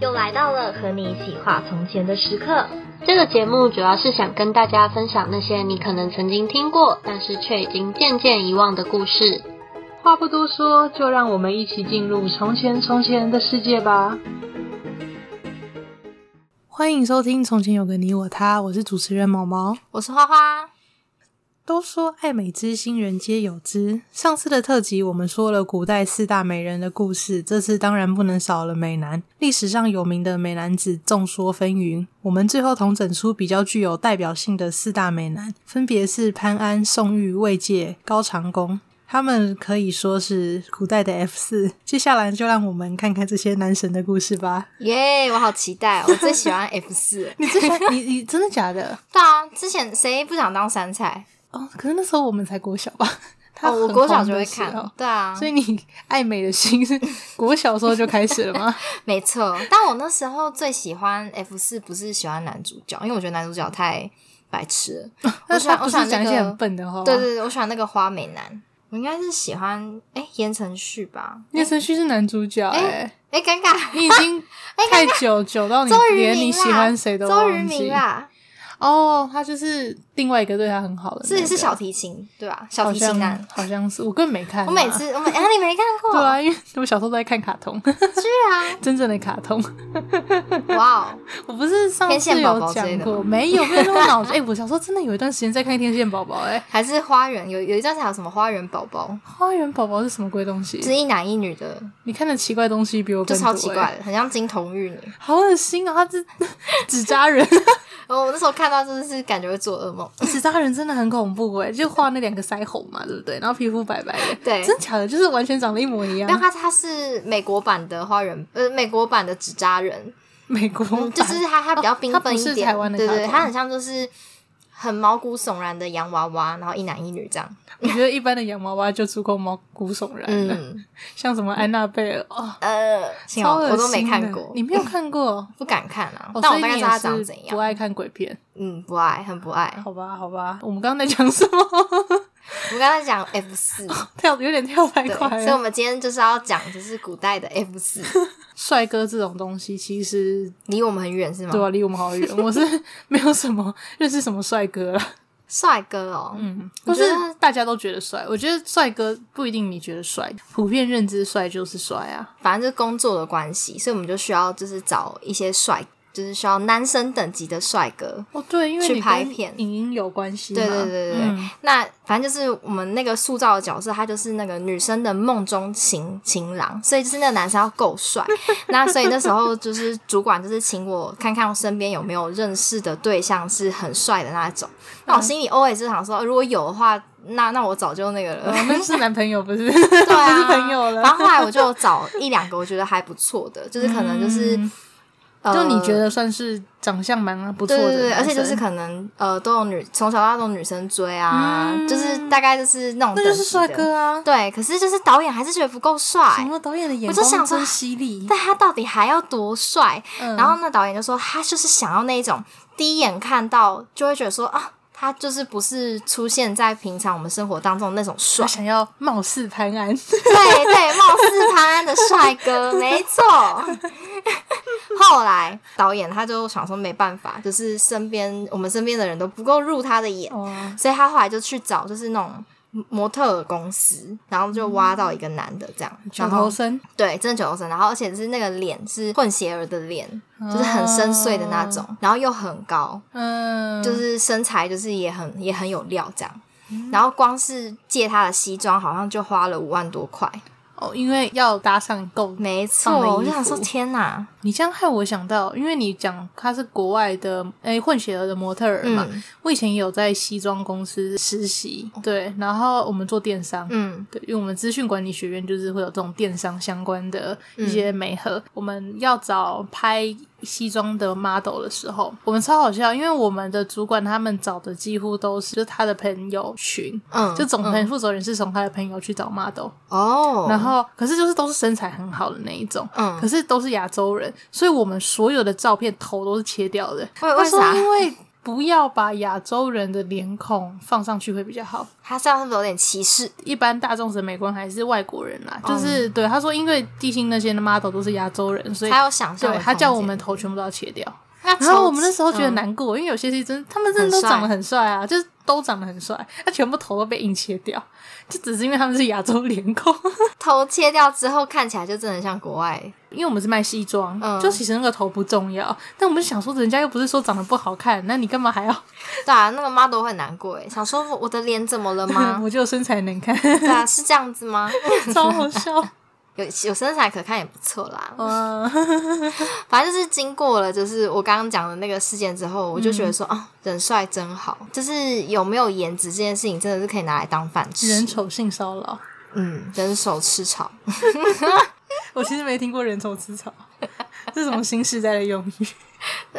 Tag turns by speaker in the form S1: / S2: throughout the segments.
S1: 又来到了和你一起画从前的时刻。
S2: 这个节目主要是想跟大家分享那些你可能曾经听过，但是却已经渐渐遗忘的故事。
S3: 话不多说，就让我们一起进入从前从前的世界吧。欢迎收听《从前有个你我他》，我是主持人毛毛。
S4: 我是花花，
S3: 都说爱美之心，人皆有之。上次的特辑我们说了古代四大美人的故事，这次当然不能少了美男。历史上有名的美男子众说纷纭，我们最后统整出比较具有代表性的四大美男，分别是潘安、宋玉、卫玠、高长恭。他们可以说是古代的 F 四。接下来就让我们看看这些男神的故事吧。
S4: 耶我好期待哦！我最喜欢 F 四。
S3: 你之前，你你真的假的？
S4: 对啊，之前谁不想当杉菜？
S3: 哦，可是那时候我们才国小吧？他
S4: 哦，我
S3: 很
S4: 国小
S3: 红
S4: 就
S3: 的
S4: 会
S3: 时候
S4: 看。对啊，
S3: 所以你爱美的心是国小时候就开始了吗？
S4: 没错。但我那时候最喜欢 F 四，不是喜欢男主角，因为我觉得男主角太白痴了。 我
S3: 那
S4: 喜
S3: 他
S4: 欢，我
S3: 不
S4: 喜
S3: 是
S4: 欢
S3: 讲
S4: 那
S3: 一些
S4: 个
S3: 很。笨的话吗？
S4: 对对对，我喜欢那个花美男。我应该是喜欢哎言承旭吧？
S3: 聂晨旭是男主角哎、
S4: 哎哎，尴尬，
S3: 你已经太久久到你
S4: 周渝
S3: 连你
S4: 民
S3: 喜欢谁都
S4: 啦， 周渝
S3: 忘记
S4: 民啊啦，
S3: 哦，他就是另外一个对他很好的、那
S4: 是
S3: 个
S4: 是小提琴对吧？小
S3: 好
S4: 提琴男
S3: 像，好像是我根本没看啊、
S4: 我每次我每啊你没看过？
S3: 对啊，因为我小时候都在看卡通，
S4: 是啊，
S3: 真正的卡通。
S4: 哇哦，
S3: 我不是上
S4: 天
S3: 次
S4: 线宝
S3: 有
S4: 宝之
S3: 讲
S4: 类的
S3: 过，
S4: 吗
S3: 没有没有那么 脑子。哎、我小时候真的有一段时间在看《天线宝宝》哎，
S4: 还是花园有有一张还有什么花园宝宝，
S3: 花园宝宝是什么鬼东西？
S4: 是一男一女的，
S3: 你看的奇怪东西比我
S4: 就
S3: 更多、
S4: 超奇
S3: 欸
S4: 怪的，很像金童玉女。
S3: 好恶心啊！他这 纸扎人，
S4: 然哦后我那时候看到真的是感觉会做噩梦，
S3: 纸扎人真的很恐怖哎，就画那两个腮红嘛，对不对？然后皮肤白白的，
S4: 对
S3: 真假的，就是完全长得一模一
S4: 但
S3: 样。
S4: 他他是美国版的花园，呃，美国版的纸扎人，
S3: 美国版、
S4: 嗯就是他他比较缤
S3: 它
S4: 纷
S3: 哦不是
S4: 一点，
S3: 台湾的
S4: 对
S3: 卡
S4: 对，
S3: 通
S4: 他很像就是很毛骨悚然的洋娃娃，然后一男一女这样，
S3: 我觉得一般的洋娃娃就足够毛骨悚然了，
S4: 嗯
S3: 像什么安娜贝尔哦，
S4: 呃，幸
S3: 超
S4: 好
S3: 恶心的
S4: 我都没看过，
S3: 你没有看
S4: ？
S3: 过
S4: 不敢看啊
S3: 哦，所
S4: 但我
S3: 以
S4: 大概
S3: 你
S4: 知
S3: 也
S4: 道他
S3: 是
S4: 长怎样
S3: 不，爱看鬼片，
S4: 嗯，不爱，很不爱。
S3: 好吧，好吧。我们刚刚在讲什么？
S4: 我刚才讲 F 四，
S3: 跳有点跳太
S4: 对，
S3: 快
S4: 所以我
S3: 了。
S4: 们今天就是要讲，就是古代的 F 四，
S3: 帅哥这种东西，其实
S4: 离我们很远是吗？
S3: 对啊，离我们好远。 我是没有什么认识什么帅哥了。
S4: 帅哥哦，
S3: 嗯，
S4: 我
S3: 不是
S4: 觉得
S3: 大家都觉得帅。我觉得帅哥不一定你觉得帅，普遍认知帅就是帅啊。
S4: 反正就是工作的关系，所以我们就需要就是找一些帅，就是需要男生等级的帅哥。
S3: 哦，对，因为
S4: 去
S3: 你
S4: 拍
S3: 跟
S4: 片
S3: 影音有关系嘛。
S4: 对对对对对，
S3: 嗯
S4: 那反正就是我们那个塑造的角色，他就是那个女生的梦中情情郎，所以就是那个男生要够帅。那所以那时候就是主管就是请我看看我身边有没有认识的对象是很帅的那种。那我心里 always 就想说，如果有的话，那那我早就那 个了。
S3: 哦那是男朋友不是？
S4: 对啊，
S3: 不是朋友了
S4: 然后后来我就找一两个我觉得还不错的，就是可能就是、
S3: 嗯
S4: 呃
S3: 就你觉得算是长相蛮不错
S4: 对
S3: 的
S4: 对
S3: 男生，
S4: 对，而且就是可能呃都有女从小到大都有女生追啊，
S3: 嗯
S4: 就是大概就是那种
S3: 那就是
S4: 等级
S3: 帅
S4: 的。
S3: 哥啊。
S4: 对，可是就是导演还是觉得不够
S3: 什
S4: 帅，
S3: 么导演的眼
S4: 我就
S3: 光
S4: 想说
S3: 真犀利。
S4: 但他到底还要多帅？
S3: 嗯
S4: 然后那导演就说他就是想要那一种第一眼看到就会觉得说啊，他就是不是出现在平常我们生活当中那种帅
S3: 我，想要貌似潘安，
S4: 对对，貌似潘安的帅哥，没错。 后来导演他就想说没办法，就是身边我们身边的人都不够入他的眼，
S3: 哇，
S4: 所以哦他后来就去找就是那种模特儿公司，然后就挖到一个男的这样，
S3: 九
S4: 然后
S3: 头身，
S4: 对，真的九头身，然后而且是那个脸是混血儿的脸，就是很深邃的那种，然后又很高，
S3: 哦嗯，
S4: 就是身材就是也很也很有料这样。然后光是借他的西装，好像就花了五万多块。
S3: 哦，因为要搭上够
S4: 没
S3: 放的衣
S4: 错，
S3: 服
S4: 我就想说，天哪，
S3: 你这样害我想到，因为你讲他是国外的诶、混血儿的模特儿嘛，
S4: 嗯
S3: 我以前也有在西装公司实习，对，然后我们做电商。
S4: 嗯，
S3: 对，因为我们资讯管理学院就是会有这种电商相关的
S4: 嗯
S3: 一些媒合，我们要找拍西装的 model 的时候，我们超好笑，因为我们的主管他们找的几乎都是就是他的朋友群，
S4: 嗯
S3: 就总
S4: 嗯
S3: 朋负责人是从他的朋友去找 model，、
S4: 哦，
S3: 然后可是就是都是身材很好的那一种，
S4: 嗯
S3: 可是都是亚洲人，所以我们所有的照片头都是切掉的。
S4: 为
S3: 他
S4: 为
S3: 说
S4: 啥
S3: 因为不要把亚洲人的脸孔放上去会比较好。
S4: 他这样是不是有点歧视？
S3: 一般大众审美观还是外国人
S4: 哦
S3: 啦，就是、对他说，因为地心那些的 model 都是亚洲人，所以
S4: 他有想象
S3: 对
S4: 的空间，
S3: 他叫我们头全部都要切掉。
S4: 他
S3: 然后
S4: 超
S3: 我们那时候觉得
S4: 嗯
S3: 难过，因为有些是真，他们真的都长得很帅啊，就是都长得很帅，他全部头都被硬切掉，就只是因为他们是亚洲脸孔。
S4: 头切掉之后，看起来就真的像国外。
S3: 因为我们是卖西装，
S4: 嗯
S3: 就其实那个头不重要，但我们想说，人家又不是说长得不好看，那你干嘛还要？
S4: 对啊，那个 model 会很难过哎，想说我的脸怎么了吗？
S3: 我就有身材能 看，
S4: 对啊，是这样子吗？
S3: 超好笑。
S4: 有有身材可看也不错啦。
S3: 嗯，
S4: 反正就是经过了，就是我刚刚讲的那个事件之后，我就觉得说，啊，人帅真好。就是有没有颜值这件事情，真的是可以拿来当饭吃。
S3: 人丑性骚扰，
S4: 嗯，人手吃草。
S3: 我其实没听过人丑吃草， 这是什么新时代的用语？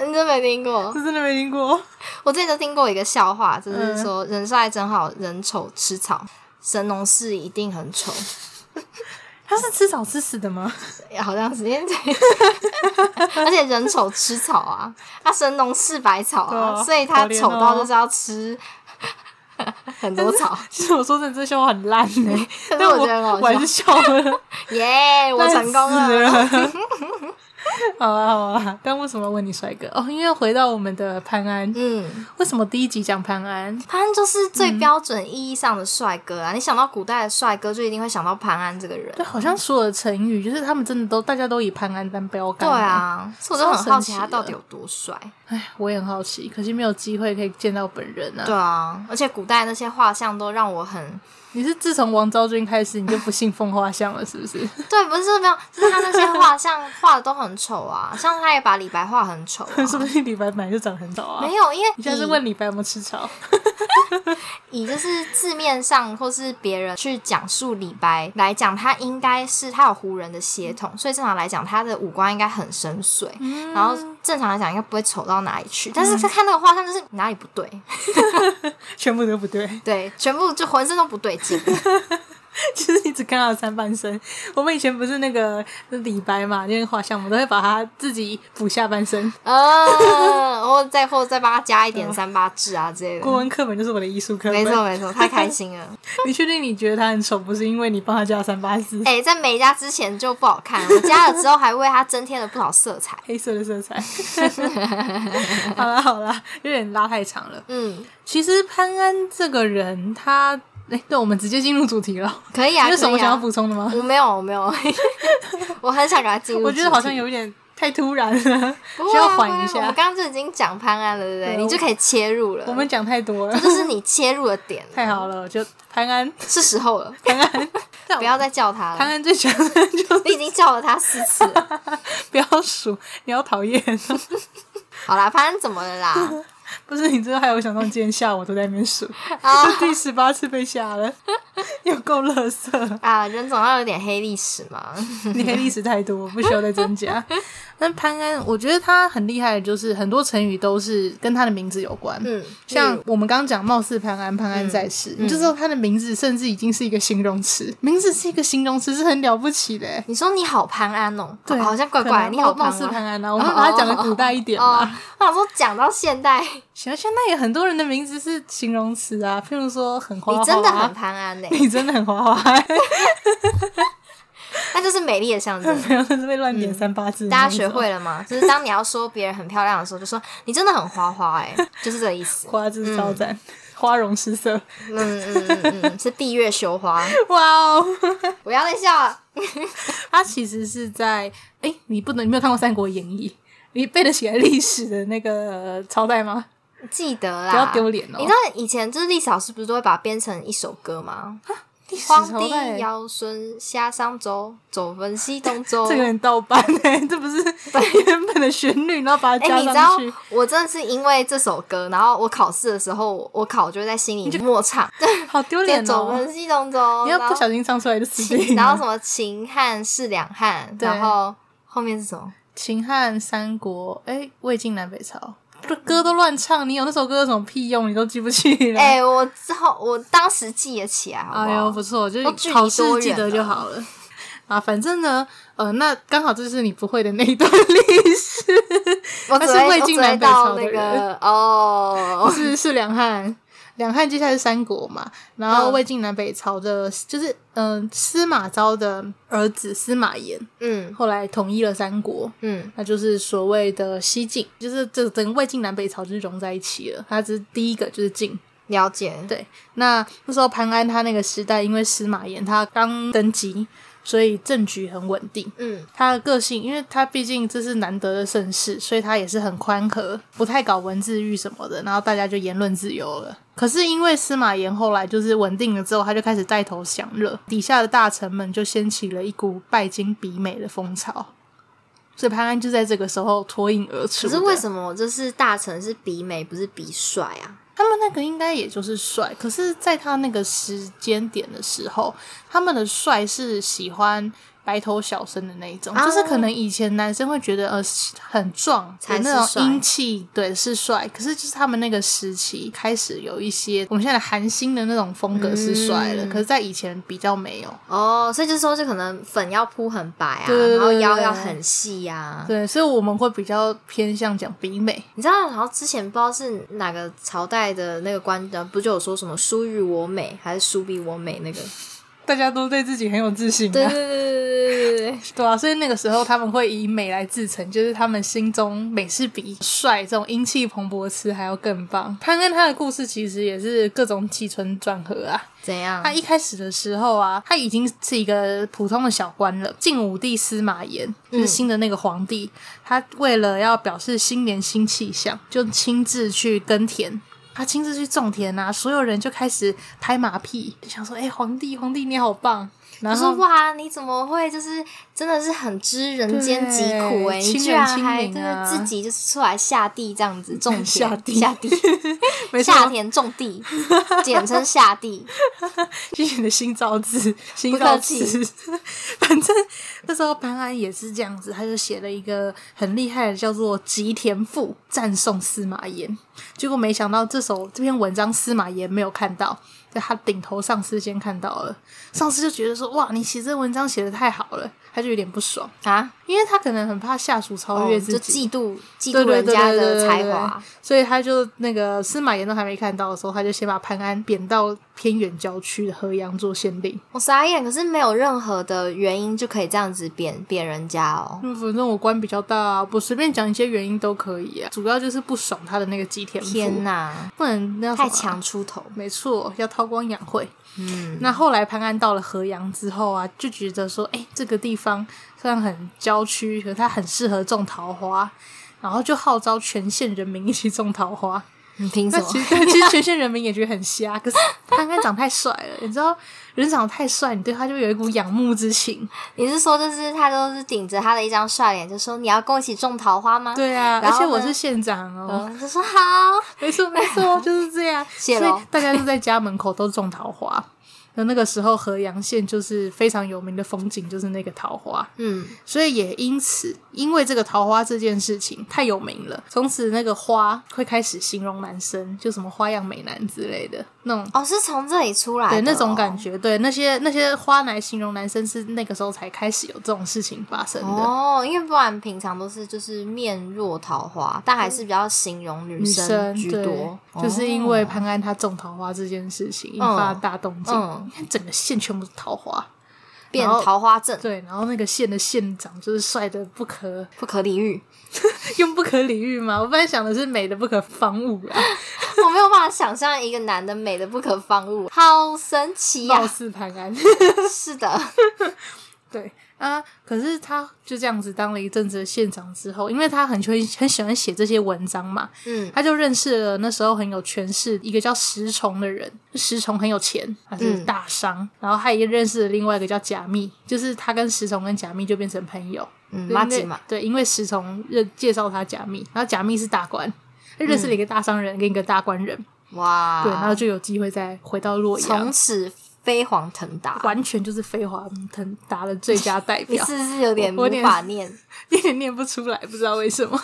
S4: 你真没听过？
S3: 我真的没听过。
S4: 我之前就听过一个笑话，就是说人帅真好，人丑吃草。神农氏一定很丑，
S3: 他是吃草吃死的吗？
S4: 好像是因为 而且人丑吃草啊，他神农氏百草啊，
S3: 对啊
S4: 所以他
S3: 可怜哦
S4: 丑到就是要吃 很多 草。
S3: 其实我说真的，这笑话很烂呢、
S4: 可是
S3: 但
S4: 我
S3: 我
S4: 觉得很好
S3: 我还是
S4: 笑，
S3: 笑 了，
S4: 耶我成功了。
S3: 烂死了。 好啊好啊，但为什么要问你帅哥？哦，因为回到我们的潘安，
S4: 嗯，
S3: 为什么第一集讲潘安？
S4: 潘安就是最标准意义上的帅哥啊！你想到古代的帅哥，就一定会想到潘安这个人
S3: 对，。啊好像所有的成语，就是他们真的都大家都以潘安当标
S4: 对
S3: 杆。，
S4: 啊，所以我就很好
S3: 超
S4: 奇
S3: 神奇的
S4: 他到底有多帅。
S3: 哎，我也很好奇，可惜没有机会可以见到本人啊
S4: 对。啊，而且古代那些画像都让我很
S3: 你是自从王昭君开始，你就不信奉画像了，是不是？
S4: 对，不是没有，就是他那些画像画的都很丑啊，像他也把李白画 很丑、啊。
S3: 是不是李白本来就长很丑啊
S4: 没？有，因为
S3: 你现在是
S4: 以
S3: 问李白有没有吃 草？
S4: 以就是字面上或是别人去讲述李白来讲，他应该是他有胡人的血统，所以正常来讲，他的五官应该很深邃，
S3: 嗯
S4: 然后正常来讲应该不会丑到哪里去。但是他看那个画像，就是哪里不对，
S3: 全部都不 对。
S4: 对，全部就浑身都不对劲。
S3: 其实你只看到了上半身。我们以前不是那个李白嘛，那个画像，我们都会把他自己补下半 身。
S4: 呃，我再或再帮他加一点三八痣啊之类
S3: 国
S4: 的。
S3: 文课本就是我的艺术课本。
S4: 没错，没错，太开心了。
S3: 你确定你觉得他很丑，不是因为你帮他加了三八四
S4: 哎、在没加之前就不好看，我加了之后还为它增添了不少色彩。
S3: 黑色的色 彩？好啦好啦，有点拉太长了。
S4: 嗯，
S3: 其实潘安这个人，他哎，对，我们直接进入主题了。
S4: 可以啊。
S3: 你有什么
S4: 可以啊
S3: 想要补充的吗？
S4: 我没有，我没有， 我很想给他进入。
S3: 我觉得好像，有一点太突然了，
S4: 不会啊
S3: 需要缓一
S4: 不会啊我
S3: 下
S4: 们。刚刚就已经讲潘安了，对不对？
S3: 对
S4: 你就可以切入了。
S3: 我们讲太多了
S4: 这，就是你切入的点了，
S3: 太好了，就潘安，
S4: 是时候了，
S3: 潘 安，
S4: 不要再叫他
S3: 潘
S4: 了。
S3: 安最喜欢的就是
S4: 你已经叫了他四次了。
S3: 不要数，你要讨厌。哦
S4: 好啦，潘安怎么了啦？
S3: 不是，你知道还有想到今天下午都在那边数，
S4: 啊
S3: 第十八次被吓了，有够乐色。
S4: 啊，人总要有点黑历史嘛。
S3: 你黑历史太多，我不需要再增 加。但潘安，我觉得他很厉害的就是很多成语都是跟他的名字有关。
S4: 嗯，
S3: 像我们刚刚讲，貌似潘安，潘安在世，你就知道他的名字甚至已经是一个形容词，名字是一个形容词是很了不起的欸。
S4: 你说你好潘安哦，
S3: 对，
S4: 好像怪
S3: 可
S4: 怪，
S3: 能
S4: 你好
S3: 貌
S4: 潘
S3: 似
S4: 安
S3: 潘安啊，我们把它讲的古代一点嘛。
S4: 哦，我想说讲到现代，你
S3: 行，啊现在有很多人的名字是形容词啊，譬如说很花花、
S4: 真的很，潘安呢、
S3: 你真的很花花、
S4: 那就是美丽的 象征。
S3: 没有，是被乱点三八字。
S4: 嗯大家学会了吗？ 就是当你要说别人很漂亮的时候，就说你真的很花花哎、就是这个意思。
S3: 花枝招展，花容失色。
S4: 嗯嗯嗯嗯嗯，是闭月羞花。
S3: 哇哦，
S4: 不要再笑了，
S3: 他其实是在哎，你不能，你没有看过《三国演义》，你背得起来历史的那个朝代吗？
S4: 记得啦，
S3: 不要丢脸哦
S4: 你知道以前就是历史老师不是都会把它编成一首歌吗？
S3: 历史
S4: 荒
S3: 朝
S4: 地
S3: 代，
S4: 尧舜夏商周，周文西东周。
S3: 这个人盗版哎、 这不是原本的旋律，然后把它
S4: 哎、
S3: 加
S4: 你知道
S3: 上去。
S4: 我真的是因为这首歌，然后我考试的时候，我考就会在心里默唱， 对，
S3: 好丢脸
S4: 走
S3: 哦！
S4: 文西东周，
S3: 你要
S4: 然
S3: 不
S4: 后
S3: 小心唱出来就死
S4: 秦，
S3: 定
S4: 然后什
S3: 了。
S4: 么秦汉是两汉，
S3: 对
S4: 然后后面是什么？
S3: 秦汉三国，哎，魏晋南北朝，这歌都乱唱，你有那首歌有什么屁用？你都记不起来。
S4: 哎、我之后我当时记得起来，好不好？
S3: 哎呦，不错，就
S4: 都距
S3: 是
S4: 离
S3: 考试
S4: 多远
S3: 记得就
S4: 了
S3: 好了。啊，反正呢，呃，那刚好这是你不会的那一段历史，
S4: 我
S3: 他
S4: 只
S3: 是
S4: 会
S3: 魏
S4: 我
S3: 晋
S4: 只
S3: 南
S4: 会
S3: 北朝
S4: 到
S3: 的
S4: 那
S3: 人
S4: 个哦，
S3: 是是两汉。两汉接下来是三国嘛，然后
S4: 嗯
S3: 魏晋南北朝的，就是嗯、呃司马昭的儿子司马炎，
S4: 嗯
S3: 后来统一了三国，
S4: 嗯
S3: 那就是所谓的西晋，就是这整个魏晋南北朝就是融在一起了。它只是第一个就是晋，
S4: 了解，
S3: 对那那时候潘安他那个时代，因为司马炎他刚登基，所以政局很稳定。
S4: 嗯
S3: 他的个性，因为他毕竟这是难得的盛世，所以他也是很宽和，不太搞文字狱什么的，然后大家就言论自由了。可是因为司马炎后来就是稳定了之后，他就开始带头享乐，底下的大臣们就掀起了一股拜金比美的风潮，所以潘安就在这个时候脱颖而出
S4: 可
S3: 的。
S4: 是为什么就是大臣是比美不是比帅啊？
S3: 他们那个应该也就是帅，可是在他那个时间点的时候，他们的帅是喜欢白头小生的那一种，
S4: 啊
S3: 就是可能以前男生会觉得呃很壮，
S4: 才
S3: 有
S4: 是
S3: 那
S4: 帅
S3: 种英气，对，是帅。可是就是他们那个时期开始有一些我们现在韩星的那种风格是帅了，
S4: 嗯
S3: 可是在以前比较没有。
S4: 哦，所以就是说，就可能粉要铺很白啊，
S3: 对对对
S4: 然后腰
S3: 对
S4: 要很细呀、啊。
S3: 对，所以我们会比较偏向讲比美，
S4: 你知道，然后之前不知道是哪个朝代的那个官长，不就有说什么“书与我美”还是“书比我美”那个？
S3: 大家都对自己很有自信、啊。
S4: 对对对对对对对。
S3: 对啊，所以那个时候他们会以美来自成，就是他们心中美是比帅这种英气蓬勃的词还要更棒。潘恩他的故事其实也是各种起承转合啊。
S4: 怎样？
S3: 他一开始的时候啊，他已经是一个普通的小官了。晋武帝司马炎就是新的那个皇帝，他为了要表示新年新气象，就亲自去耕田。他亲自去种田啊，所有人就开始拍马屁，就想说：“哎、皇帝，皇帝你好棒！”然
S4: 我
S3: 后
S4: 说哇，你怎么会就是真的是很知人间疾苦哎、
S3: 对
S4: 你居
S3: 亲人
S4: 然
S3: 亲
S4: 还
S3: 民啊
S4: 就是自己就是出来下地这样子种田，
S3: 下地
S4: 下地
S3: 没错
S4: 下田种地，简称 下地。
S3: 谢谢你的新招字，新
S4: 不
S3: 招
S4: 客
S3: 词
S4: 气。
S3: 反正那时候潘安也是这样子，他就写了一个很厉害的叫做《吉田赋》，赞颂司马炎。结果没想到这首这篇文章司马炎没有看到，在他顶头上司先看到了，上司就觉得说：“哇，你写这文章写的太好了。”他就有点不爽，
S4: 啊，
S3: 因为他可能很怕下属超越
S4: 哦
S3: 自
S4: 就
S3: 己。
S4: 嫉妒嫉
S3: 对
S4: 妒
S3: 对
S4: 人
S3: 对
S4: 家
S3: 对对
S4: 的
S3: 对
S4: 才
S3: 对
S4: 华，
S3: 所以他就那个司马炎都还没看到的时候，他就先把潘安贬到偏远郊区的河阳做县令。
S4: 我傻眼。可是没有任何的原因就可以这样子贬贬人家哦。
S3: 嗯，反正我官比较大、啊，我随便讲一些原因都可以啊。主要就是不爽他的那个吉田赋
S4: 天哪，
S3: 不能那叫什么啊
S4: 太强。出头。
S3: 没错，要韬光养晦。
S4: 嗯，
S3: 那后来潘安到了河阳之后啊，就觉得说，哎、这个地方虽然很郊区，可是它很适合种桃花，然后就号召全县人民一起种桃花。
S4: 你凭什
S3: 那
S4: 么
S3: 其？实其实全县人民也觉得很 瞎，可是潘安长太帅了，你知道人长得太帅，你对他就有一股仰慕之情。
S4: 你是说就是他都是顶着他的一张帅脸，就说你要跟我一起种桃花吗？
S3: 对啊，而
S4: 然后
S3: 且我
S4: 呢
S3: 是县长哦。
S4: 嗯，就说好，
S3: 没错没 错，就是这样。
S4: 谢
S3: 所
S4: 咯
S3: 以大家就在家门口都种桃花。那那个时候，河阳县就是非常有名的风景，就是那个桃花，
S4: 嗯，
S3: 所以也因此，因为这个桃花这件事情太有名了，从此那个花会开始形容男生，就什么花样美男之类的那种，
S4: 哦，是从这里出来的、哦
S3: 对那种感。觉，对那些那些花来形容男生是那个时候才开始有这种事情发生的。
S4: 哦，因为不然平常都是就是面若桃花，但还是比较形容女
S3: 女生
S4: 居
S3: 对
S4: 多，
S3: 就是因为
S4: 哦
S3: 潘安他种桃花这件事情引发
S4: 嗯
S3: 大动静，
S4: 嗯
S3: 你看整个县全部是桃花。
S4: 哦变
S3: 然后
S4: 桃花阵，
S3: 对，然后那个县的县长就是帅的不可
S4: 不可理喻。
S3: 用不可理喻嘛，我本来想的是美的不可方物 啊，
S4: 我没有办法想象一个男的美的不可方物，好神奇呀、
S3: 貌似潘安。
S4: 是的，
S3: 对啊，可是他就这样子当了一阵子的县长之后，因为他很喜欢很喜欢写这些文章嘛，
S4: 嗯
S3: 他就认识了那时候很有权势一个叫石崇的人，石崇很有钱，他是
S4: 嗯
S3: 大商，然后他也认识了另外一个叫贾密，就是他跟石崇跟贾密就变成朋友。
S4: 嗯，
S3: 对
S4: 马
S3: 因为
S4: 吉嘛，
S3: 对，因为石崇认介绍他贾密，然后贾密是大官，他认识了
S4: 嗯
S3: 一个大商人跟一个大官人，
S4: 哇，
S3: 对，然后就有机会再回到洛
S4: 从
S3: 阳，
S4: 此飞黄腾达。
S3: 完全就是飞黄腾达的最佳代
S4: 你
S3: 表。
S4: 是不是有点
S3: 我我有
S4: 无
S3: 点
S4: 法念？
S3: 有点念不出来，不知道为什么。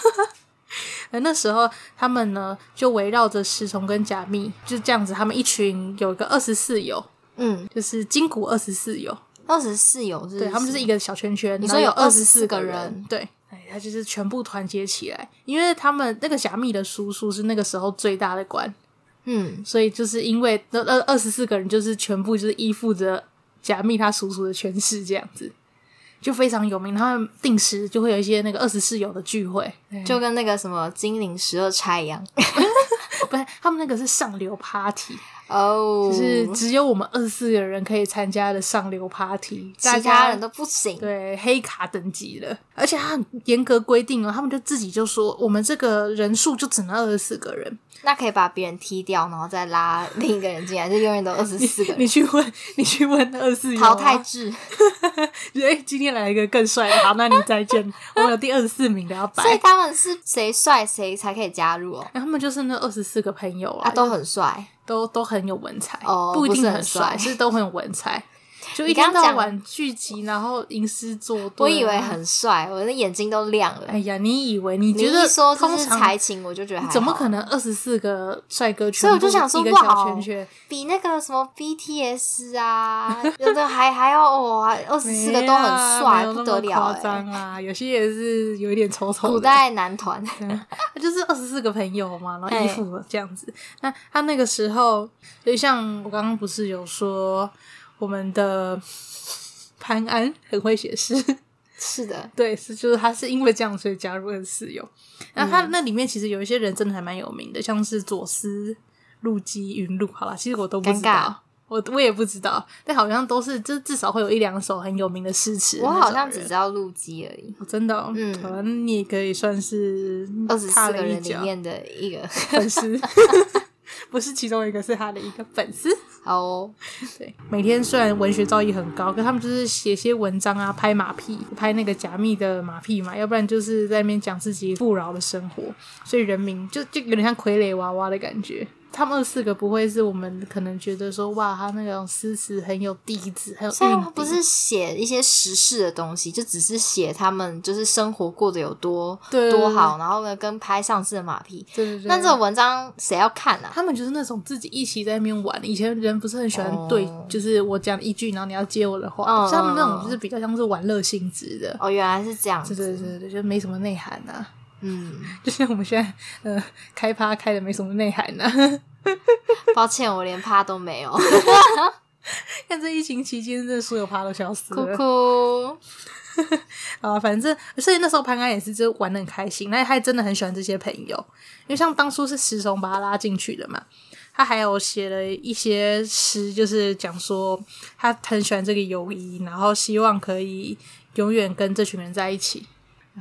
S3: 呃那时候他们呢，就围绕着石崇跟贾密，就这样子，他们一群有一个二十四友，
S4: 嗯
S3: 就是筋骨二十四友，
S4: 二十四有日，
S3: 对他们就是一个小圈圈，
S4: 你
S3: 然后
S4: 说有
S3: 二十四
S4: 24个
S3: 人
S4: 人，
S3: 对。哎他就是全部团结起来，因为他们那个侠密的叔叔是那个时候最大的官，
S4: 嗯，
S3: 所以就是因为那二二十四个人就是全部就是依附着贾密他叔叔的权势这样子，就非常有名。他们定时就会有一些那个二十四友的聚会，哎
S4: 就跟那个什么精灵十二钗一样。
S3: 不是他们那个是上流 party，
S4: 哦，
S3: 就是只有我们二十四个人可以参加的上流 party，大
S4: 其
S3: 家
S4: 他人都不行。
S3: 对黑卡等级了，而且他很严格规定哦，他们就自己就说我们这个人数就只能二十四个人，
S4: 那可以把别人踢掉，然后再拉另一个人进来，就永远都二十四个
S3: 你
S4: 人
S3: 去问 你啊去问二十四
S4: 淘汰制。
S3: 哎、今天来一个更帅的，好，那你再见。我有第二十四名的要摆，
S4: 所以他们是谁帅谁才可以加入哦，
S3: 哎他们就是那二十四个朋友啊，
S4: 啊，都很帅。
S3: 都都很有文采，
S4: 哦
S3: 不一定
S4: 不是
S3: 很
S4: 很
S3: 帅，
S4: 帅
S3: 是都很有文 采。就一
S4: 你刚
S3: 天
S4: 刚
S3: 到
S4: 讲
S3: 晚聚集，然后吟诗作对啊。
S4: 我以为很帅，我的眼睛都亮了
S3: 哎。呀，你以为你
S4: 你
S3: 觉
S4: 一
S3: 得
S4: 说就
S3: 通
S4: 是
S3: 常
S4: 才情，我就觉得还好
S3: 怎么可能二十四个帅哥全部
S4: 所以我就想说
S3: 一个
S4: 哇
S3: 小
S4: 哦
S3: 圈圈，
S4: 比那个什么 BTS 啊，真的还还要哇，二十四个都很
S3: 没
S4: 帅，
S3: 有
S4: 不
S3: 那
S4: 得
S3: 么
S4: 了
S3: 夸
S4: 哎、
S3: 张啊！有些也是有一点丑丑的。
S4: 古代男 团，
S3: 就是二十四个朋友嘛，然后
S4: 哎
S3: 衣服这样子。那他那个时候，就像我刚刚不是有说，我们的 潘安很会写诗，
S4: 是的，
S3: 对，是就是他是因为这样所以加入二四友。那他
S4: 嗯
S3: 那里面其实有一些人真的还蛮有名的，像是左思、陆机、云露。好啦，其实我都不知
S4: 尴尬哦
S3: 道。我我也不知道，但好像都是，就至少会有一两首很有名的诗词的
S4: 我
S3: 那种人。
S4: 好像只知道陆基而已，
S3: 哦真的、哦，
S4: 嗯
S3: 好吧，你也可以算是
S4: 二十
S3: 踏
S4: 四
S3: 了
S4: 个
S3: 一
S4: 人里
S3: 脚
S4: 面的一个。
S3: 粉丝， 不是其中一个，是他的一个粉丝。
S4: 好哦，
S3: 对，每天虽然文学造诣很高，可他们就是写些文章啊，拍马屁，拍那个假密的马屁嘛，要不然就是在那边讲自己富饶的生活，所以人民就就有点像傀儡娃娃的感觉。他们二四个不会是我们可能觉得说哇，他那种诗词很有底子，很有
S4: 虽然
S3: 韵
S4: 他不
S3: 底
S4: 是写一些时事的东西，就只是写他们就是生活过得有多
S3: 对
S4: 多好，然后呢跟拍上次的马屁。
S3: 对对对，
S4: 那这种文章谁要看啊？
S3: 他们就是那种自己一起在那边玩。以前人不是很喜欢
S4: 哦
S3: 对，就是我讲一句，然后你要接我的话。
S4: 嗯
S3: 像他们那种就是比较像是玩乐性质的，
S4: 哦，原来是这样
S3: 对
S4: 子。
S3: 对对对，就没什么内涵啊。
S4: 嗯，
S3: 就像我们现在呃开趴开的没什么内涵啊。
S4: 抱歉，我连趴都没有。
S3: 看这疫情期间，真的所有趴都消失
S4: 哭
S3: 了
S4: 哭，
S3: 啊！反正所以那时候潘安也是就玩的很开心，那他也真的很喜欢这些朋友，因为像当初是石崇把他拉进去的嘛。他还有写了一些诗，就是讲说他很喜欢这个友谊，然后希望可以永远跟这群人在一起。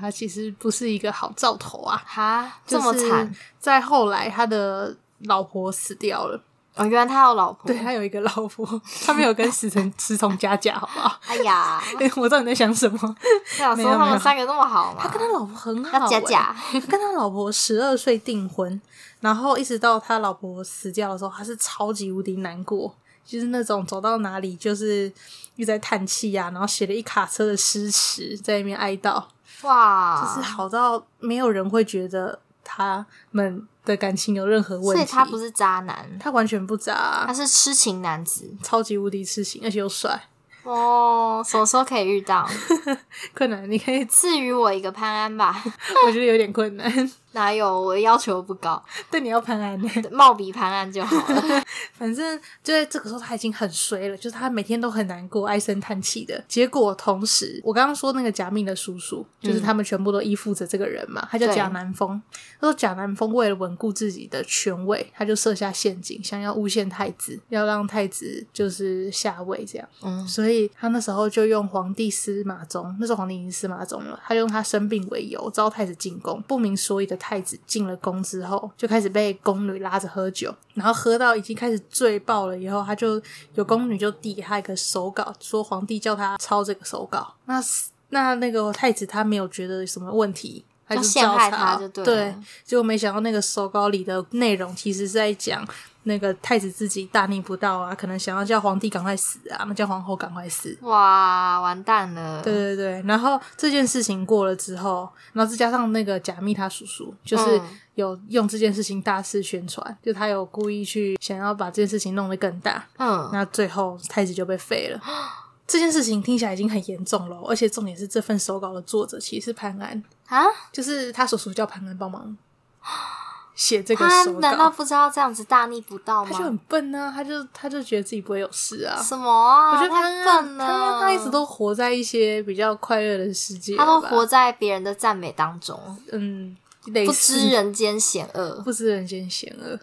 S3: 他其实不是一个好兆头啊，
S4: 哈，这么惨。。
S3: 再后来，他的老婆死掉了，
S4: 哦，原来他有老婆。
S3: 对他有一个老婆， 他没有跟石成石崇加价，好不 好？
S4: 哎呀，
S3: 对，我知道你在想什么。
S4: 我想
S3: 没
S4: 说
S3: 有
S4: 他
S3: 没有
S4: 们三个那么好嘛
S3: 他，跟他老婆很好、
S4: 要
S3: 欸，
S4: 假假。
S3: 他跟他老婆十二岁订婚，然后一直到他老婆死掉的时候，他是超级无敌难过，就是那种走到哪里就是一直在叹气呀、啊，然后写了一卡车的诗词在那边哀悼，就
S4: 哇
S3: 是，好到没有人会觉得他们的感情有任何问
S4: 所
S3: 题。
S4: 以他不是渣男，
S3: 他完全不渣啊、
S4: 他是痴情男子。
S3: 超级无敌痴情，而且又帅。
S4: 哦，什么时候可以遇 到？
S3: 困难，你可以，
S4: 赐予我一个潘安吧。
S3: 我觉得有点困难，
S4: 哪有？我要求不高，
S3: 但你要潘安呢。
S4: 貌比潘安就好 了。
S3: 反正就在这个时候，他已经很衰了，就是他每天都很难过，唉声叹气的。结果同时，我刚刚说那个贾敏的叔叔，就是他们全部都依附着这个人嘛，他叫
S4: 对
S3: 贾南风。他说贾南风为了稳固自己的权位，他就设下陷阱，想要诬陷太子，要让太子就是下位这样。
S4: 嗯，
S3: 所以他那时候就用皇帝司马衷，那时候皇帝已经司马衷了，他就用他生病为由招太子进宫。不明所以的太子进了宫之后，就开始被宫女拉着喝酒，然后喝到已经开始醉爆了以后，他就有宫女就递给他一个手稿，说皇帝叫他抄这个手稿。那那那个太子他没有觉得有什么问题。他就
S4: 就陷害
S3: 照
S4: 他
S3: 抄
S4: 就对了
S3: 对，结果没想到那个手稿里的内容其实是在讲那个太子自己大逆不道啊，可能想要叫皇帝赶快死啊，那叫皇后赶快死。
S4: 哇，完蛋了。
S3: 对对对，然后这件事情过了之后，然后再加上那个贾密他叔叔，就是
S4: 嗯
S3: 有用这件事情大肆宣传，就他有故意去想要把这件事情弄得更大，
S4: 嗯，
S3: 那最后太子就被废了。 这件事情听起来已经很严重了哦，而且重点是这份手稿的作者其实是潘安，
S4: 啊，
S3: 就是他所属叫潘安帮 忙写这个
S4: 啊他
S3: 手
S4: 难
S3: 稿，
S4: 道不知道这样子大逆不道
S3: 他就很
S4: 吗？
S3: 笨啊，他就他就觉得自己不会有事啊。
S4: 什么啊？
S3: 我觉得
S4: 太
S3: 潘安
S4: 笨了，
S3: 潘安他一直都活在一些比较快乐的世界吧，
S4: 他都活在别人的赞美当中，
S3: 嗯，类
S4: 不
S3: 似
S4: 知人间险恶。
S3: 不知人间险恶。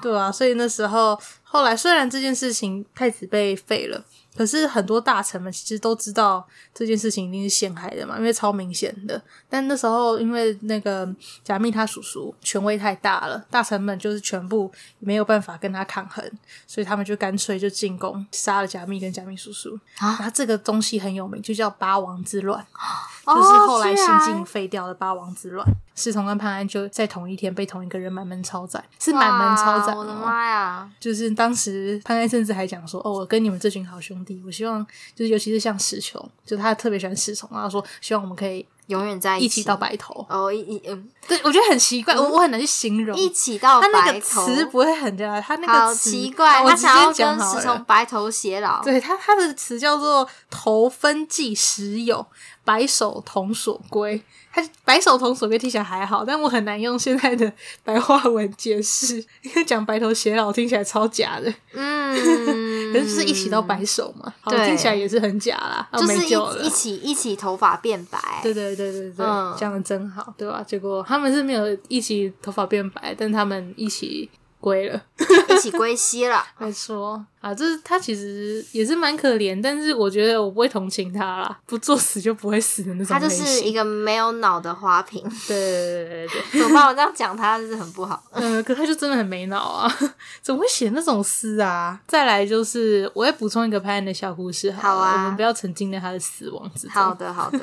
S3: 对啊，所以那时候后来虽然这件事情太子被废了，可是很多大臣们其实都知道这件事情一定是陷害的嘛，因为超明显的。但那时候因为那个贾密他叔叔权威太大了，大臣们就是全部没有办法跟他抗衡，所以他们就干脆就进宫杀了贾密跟贾密叔叔。
S4: 啊
S3: 然后这个东西很有名，就叫八王之乱。
S4: 哦
S3: 就是后来
S4: 居
S3: 新
S4: 然
S3: 晋废掉的八王之乱，侍从跟潘安就在同一天被同一个人满门抄斩，是满门抄斩
S4: 啊哇我的
S3: 哦。
S4: 妈呀！
S3: 就是当时潘安甚至还讲说：“哦，我跟你们这群好兄弟，我希望就是尤其是像史琼，就他特别喜欢史琼，然后说希望我们可以
S4: 永远在
S3: 一
S4: 起
S3: 起到白头。
S4: 哦，一一嗯，
S3: 对，我觉得很奇怪，我我很难去形容。
S4: 一起到
S3: 他那
S4: 白
S3: 个
S4: 头，
S3: 词不会很加，他那个
S4: 好
S3: 词啊
S4: 奇怪，
S3: 我
S4: 他
S3: 直
S4: 想要
S3: 接讲
S4: 跟
S3: 好
S4: 石
S3: 了
S4: 崇。白头偕老。
S3: 对他，他的词叫做“头分计时有，白首同所归”。他白首同所归听起来还好，但我很难用现在的白话文解释，因为讲白头偕老听起来超假的，
S4: 嗯，
S3: 可是就是一起到白，首嘛，好
S4: 对
S3: 听起来也是很假啦，啊
S4: 就
S3: 没
S4: 是
S3: 救了
S4: 一一。起一起头发变白。
S3: 对对对对对，
S4: 嗯
S3: 讲的真好，对吧、啊结果他们是没有一起头发变白，但他们一起归了。
S4: 一起归西 了。
S3: 没错啊，这是他其实也是蛮可怜，但是我觉得我不会同情他啦，不作死就不会死的那种
S4: 他
S3: 类
S4: 就
S3: 型。
S4: 是一个没有脑的花瓶，
S3: 对对对对对，
S4: 怎么办？我这样讲他就是很不好。
S3: 呃，可他就真的很没脑啊， 怎么会写那种诗啊？再来就是，我也补充一个潘安的小故事好了
S4: 好啊
S3: 我们不要沉浸在他的死亡之中。
S4: 好的，好的，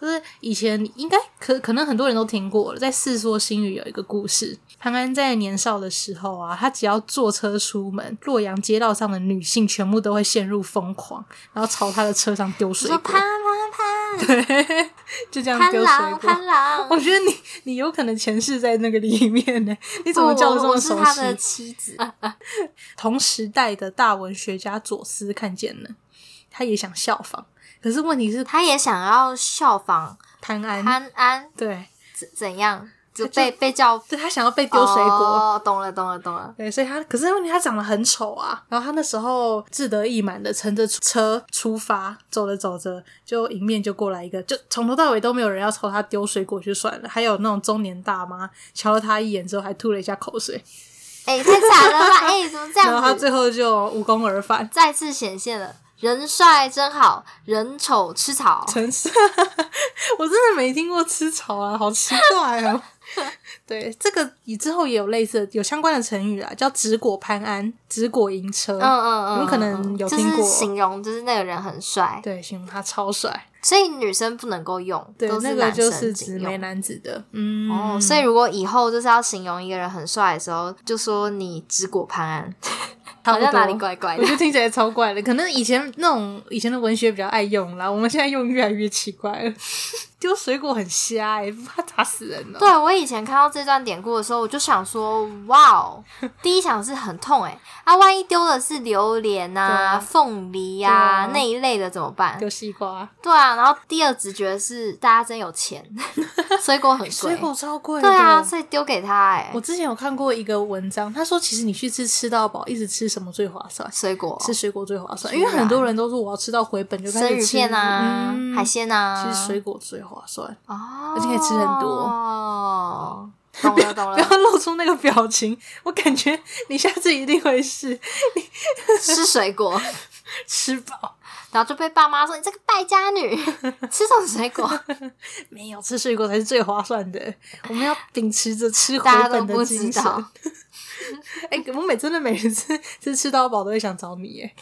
S3: 就是以前应该可可能很多人都听过了，在《世说新语》有一个故事，潘安在年少的时候啊，他只要坐车出门，洛阳街道上的女性全部都会陷入疯狂，然后朝他的车上丢
S4: 我
S3: 水
S4: 说
S3: 果
S4: 潘，潘潘
S3: 对，就这样
S4: 潘
S3: 丢水
S4: 郎
S3: 果。
S4: 潘郎，
S3: 我觉得你你有可能前世在那个里面呢、你 怎么
S4: 不
S3: 叫的这
S4: 我
S3: 么
S4: 哦我是
S3: 熟
S4: 他
S3: 悉？
S4: 的妻子，
S3: 同时代的大文学家左思看见了，他也想效仿，可是问题是
S4: 他也想要效仿
S3: 潘安，
S4: 潘安
S3: 对，
S4: 怎怎样，就
S3: 他就
S4: 被被叫
S3: 对他想要被丢水果。
S4: 哦，懂了，懂了，懂了。
S3: 对，所以他可是问题，他长得很丑啊。然后他那时候志得意满的乘着车出发，走着走着就迎面就过来一个，就从头到尾都没有人要朝他丢水果就算了，还有那种中年大妈瞧了他一眼之后还吐了一下口水，
S4: 哎、太惨 了吧！哎、怎么这
S3: 然后他
S4: 样子？
S3: 最后就无功而返。
S4: 再次显现了人帅真好，人丑吃草。
S3: 真是， 我真的没听过吃草啊，好奇怪哦。 对，这个你之后也有类似的有相关的成语啊，叫“直果潘安”“直果迎车”
S4: 嗯嗯嗯，
S3: 你们可能有
S4: 嗯
S3: 听过
S4: 就是形容就是那个人很帅，
S3: 对，形容他超帅。
S4: 所以女生不能够用，
S3: 对，
S4: 都
S3: 那个
S4: 男
S3: 就
S4: 生
S3: 是
S4: 仅
S3: 指
S4: 用
S3: 没男子的，嗯，
S4: 哦，所以如果以后就是要形容一个人很帅的时候，就说你只果潘安，
S3: 差
S4: 好
S3: 不
S4: 像哪
S3: 多
S4: 里怪怪
S3: 我
S4: 的
S3: 觉。得听起来超怪的，可能以前那种以前的文学比较爱用啦，我们现在用越来越奇怪了。丢水果很瞎哎、不怕砸死人哦、
S4: 对我以前看到这段典故的时候，我就想说，哇哦，第一想是很痛哎、啊，万一丢的是榴莲啊、
S3: 对啊
S4: 凤梨呀、
S3: 对啊
S4: 那一类的怎么办？
S3: 丢西瓜，
S4: 对啊，然后第二直觉是大家真有 钱，水果很贵
S3: 水，果超贵的。
S4: 对啊，所以丢给他哎、
S3: 我之前有看过一个文章，他说其实你去吃吃到饱，一直吃什么最划算？
S4: 水果、
S3: 吃水果最划算，
S4: 是啊
S3: 因为很多人都说我要吃到回本就开
S4: 生
S3: 始
S4: 鱼
S3: 吃
S4: 片啊、
S3: 嗯
S4: 海鲜啊，
S3: 其实水果最划算。
S4: 哦，
S3: 而且可以吃很多
S4: 哦，懂了懂
S3: 不要
S4: 了，
S3: 露出那个表情，我感觉你下次一定会是
S4: 吃水果，
S3: 吃饱。
S4: 然后就被爸妈说你这个败 家女，吃这种水果，
S3: 没有吃水果才是最划算 的。我们要秉持着吃回
S4: 大家都
S3: 本的
S4: 不知
S3: 精神。
S4: 道。
S3: 哎、我每真的每一次吃 吃到饱都会想找你，哎，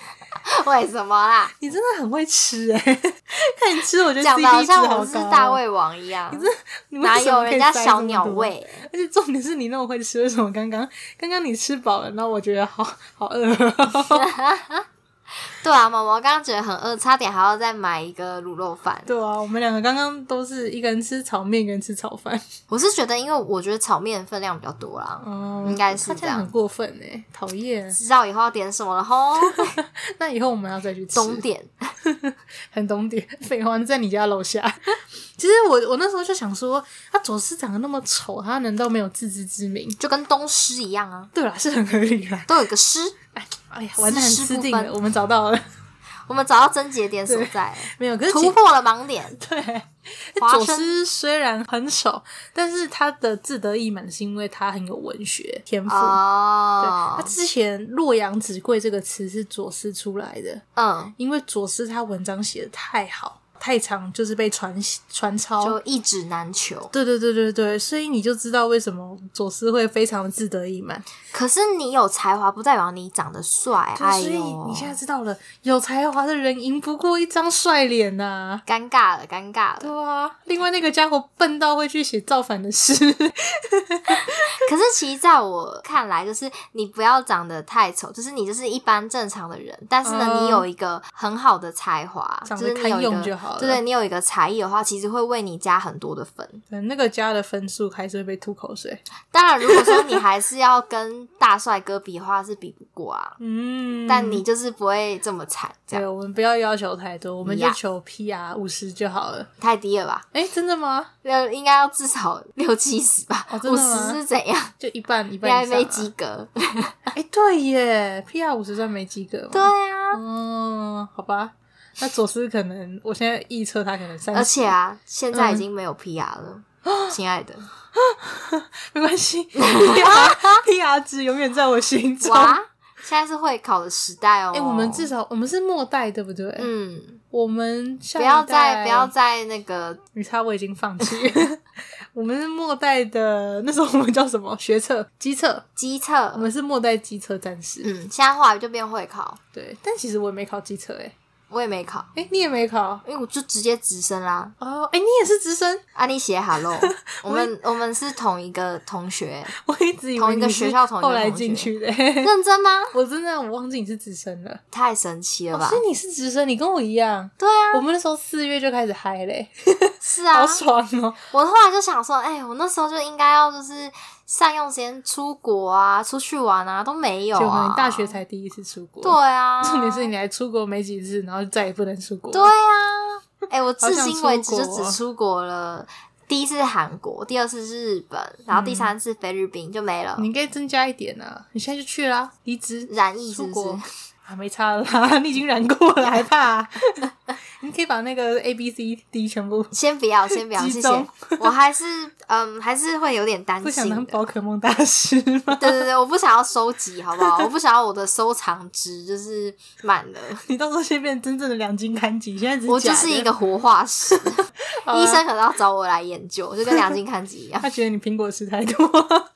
S4: 为什么啦？
S3: 你真的很会吃，哎， 看你吃，我觉得
S4: 讲
S3: CP
S4: 的好
S3: 值
S4: 像
S3: 好高、啊哦
S4: 我是大胃王一样，
S3: 你为
S4: 哪
S3: 什么
S4: 有
S3: 可以
S4: 人家
S3: 塞
S4: 小
S3: 这么
S4: 鸟
S3: 多
S4: 胃？
S3: 而且重点是你那么会 吃，为什么刚刚刚刚你吃饱了，然后我觉得好好饿哦、
S4: 对啊，毛毛刚刚觉得很饿，差点还要再买一个卤肉饭。
S3: 对啊，我们两个刚刚都是一个人吃炒面，一个人吃炒饭。
S4: 我是觉得，因为我觉得炒面分量比较多啦，
S3: 哦
S4: 应该是
S3: 他这样很过分哎、讨厌。
S4: 知道以后要点什么 了吼。
S3: 那以后我们要再去吃。
S4: 懂点，
S3: 很懂点， 废话，在你家楼下。 其实我我那时候就想说，他走私长得那么丑，他难道没有自知之明？
S4: 就跟东施一样啊，
S3: 对啦，是很合理啦。
S4: 都有一个施。
S3: 哎哎呀，完蛋，
S4: 私事
S3: 吃
S4: 不
S3: 定了，
S4: 分
S3: 我们找到了。
S4: 我们找到症结点所在 了，
S3: 没有，可是其
S4: 突破了盲点。
S3: 对，
S4: 华
S3: 左
S4: 生
S3: 思虽然很丑，但是他的自得意满是因为他很有文学天赋。对，
S4: 哦
S3: 他，之前“洛阳纸贵”这个词是左思出来的，
S4: 嗯，
S3: 因为左思他文章写的太好，太长就是被传传
S4: 就
S3: 抄。
S4: 一指难求。
S3: 对对对对对，所以你就知道为什么左思会非常的自得意满。
S4: 可是你有才华，不代表你长得帅。
S3: 对
S4: 哎
S3: 所以
S4: 呦
S3: 你，现在知道了，有才华的人赢不过一张帅脸呐、
S4: 尴尬了，尴尬
S3: 对
S4: 了。
S3: 啊，另外那个家伙笨到会去写造反的诗。
S4: 可是其实在我看来，就是你不要长得太丑，就是你就是一般正常的人，但是呢，
S3: 嗯
S4: 你有一个很好的才华，
S3: 长
S4: 就
S3: 得
S4: 是你有
S3: 堪
S4: 一
S3: 用
S4: 个，
S3: 就好了
S4: 对对，你有一个才艺的话，其实会为你加很多的分。
S3: 可能那个家的分数还是会被吐口水。
S4: 当然，如果说你还是要跟大帅哥比的话，是比不过啊。
S3: 嗯，
S4: 但你就是不会这么惨，这
S3: 对
S4: 样
S3: 我们不要要求太多，我们就
S4: 呀
S3: 求 PR 五十就好了。
S4: 太低了吧？
S3: 哎，真的吗？
S4: 要应该要至少 六七十吧
S3: 哦，真
S4: 五
S3: 的
S4: 十、
S3: 吗
S4: 是怎样？
S3: 就一半一
S4: 应该
S3: 半以上、
S4: 没
S3: 啊。
S4: 及 格。
S3: 哎，对耶，PR 五十算没及格吗？
S4: 对啊，
S3: 嗯，好吧。那左思可能，我现在预测他可能三十，
S4: 而且啊，现在
S3: 嗯
S4: 已经没有 PR 了，亲爱的，
S3: 没关 系，PR PR 值永远在我心中。
S4: 哇，哦现在是会考的时代哦。
S3: 哎、我们至少我们是末代，对不对？
S4: 嗯，
S3: 我们下
S4: 不要
S3: 一代
S4: 再不要再那个
S3: 你猜我已经放弃。 我们是末代的，那时候我们叫什么？学测、机测，
S4: 机
S3: 我
S4: 测，
S3: 们是末代机测战士。
S4: 嗯，现在后来就变会考，
S3: 对，但其实我也没考机测、欸，哎，
S4: 我也没考，
S3: 哎，你也没考
S4: 因为我就直接直升啦。
S3: 哦，哎、你也是直升，
S4: 安妮写 hello，我们我们是同一个同 学，
S3: 我一直以为
S4: 同一个
S3: 你是
S4: 学校同一个
S3: 后来
S4: 同学
S3: 进去的、 欸
S4: 认真吗？
S3: 我真的我忘记你是直升了，
S4: 太神奇了
S3: 哦
S4: 吧！
S3: 所以你是直升，你跟我一样。
S4: 对啊，
S3: 我们那时候四月就开始嗨嘞、
S4: 是啊
S3: 好，爽哦、
S4: 我后来就想说，哎、我那时候就应该要就是善用时间出国啊，出去玩啊，都没有
S3: 结果
S4: 啊。
S3: 你大学才第一次出国，
S4: 对，啊，
S3: 重点是你还出国没几次，然后就再也不能出国。
S4: 对啊，哎、我
S3: 好
S4: 至
S3: 想
S4: 今
S3: 出
S4: 为止就
S3: 国哦
S4: 只出国了。第一次是韩国，第二次是日本，然后第三次菲律宾就没了
S3: 嗯你。应该增加一点啊！你现在就去啦，离职
S4: 染疫是
S3: 出
S4: 不
S3: 国
S4: 是？
S3: 啊，没差了啦， 你已经染过了，还怕、 你可以把那个 A B C D 全部，
S4: 先不 要，先不要，
S3: 集
S4: 谢
S3: 中
S4: 谢。我还是嗯，还是会有点担
S3: 不想
S4: 心
S3: 当
S4: 的。
S3: 宝可梦大师吗？
S4: 对对对，我不想要收集，好不好？我不想要我的收藏值就是满了，
S3: 你到时候先变真正的两金刊集，现在只是
S4: 我就
S3: 假的
S4: 是一个活化石。
S3: 好啦啊
S4: 医生可能要找我来研究，就跟梁静看集一样，
S3: 他觉得你苹果吃太多。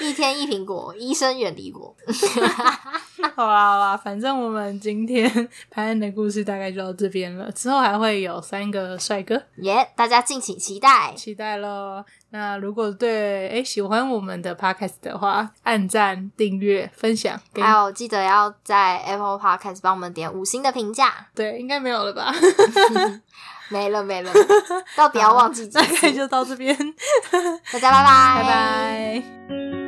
S4: 一天一苹果， 医生远离我。
S3: 好啦好啦，反正我们今天 拍案的故事大概就到这边了，之后还会有三个帅哥，
S4: 耶、大家敬请期待。
S3: 期待喽。那如果对诶喜欢我们的 podcast 的话，按赞、订阅、分享给
S4: 还有记得要在 Apple Podcast 帮我们点五星的评价，
S3: 对，应该没有了 吧？
S4: 没了没了，到底要忘记几
S3: 大概
S4: 次？
S3: 就到这边，
S4: 大家拜拜，
S3: 拜拜。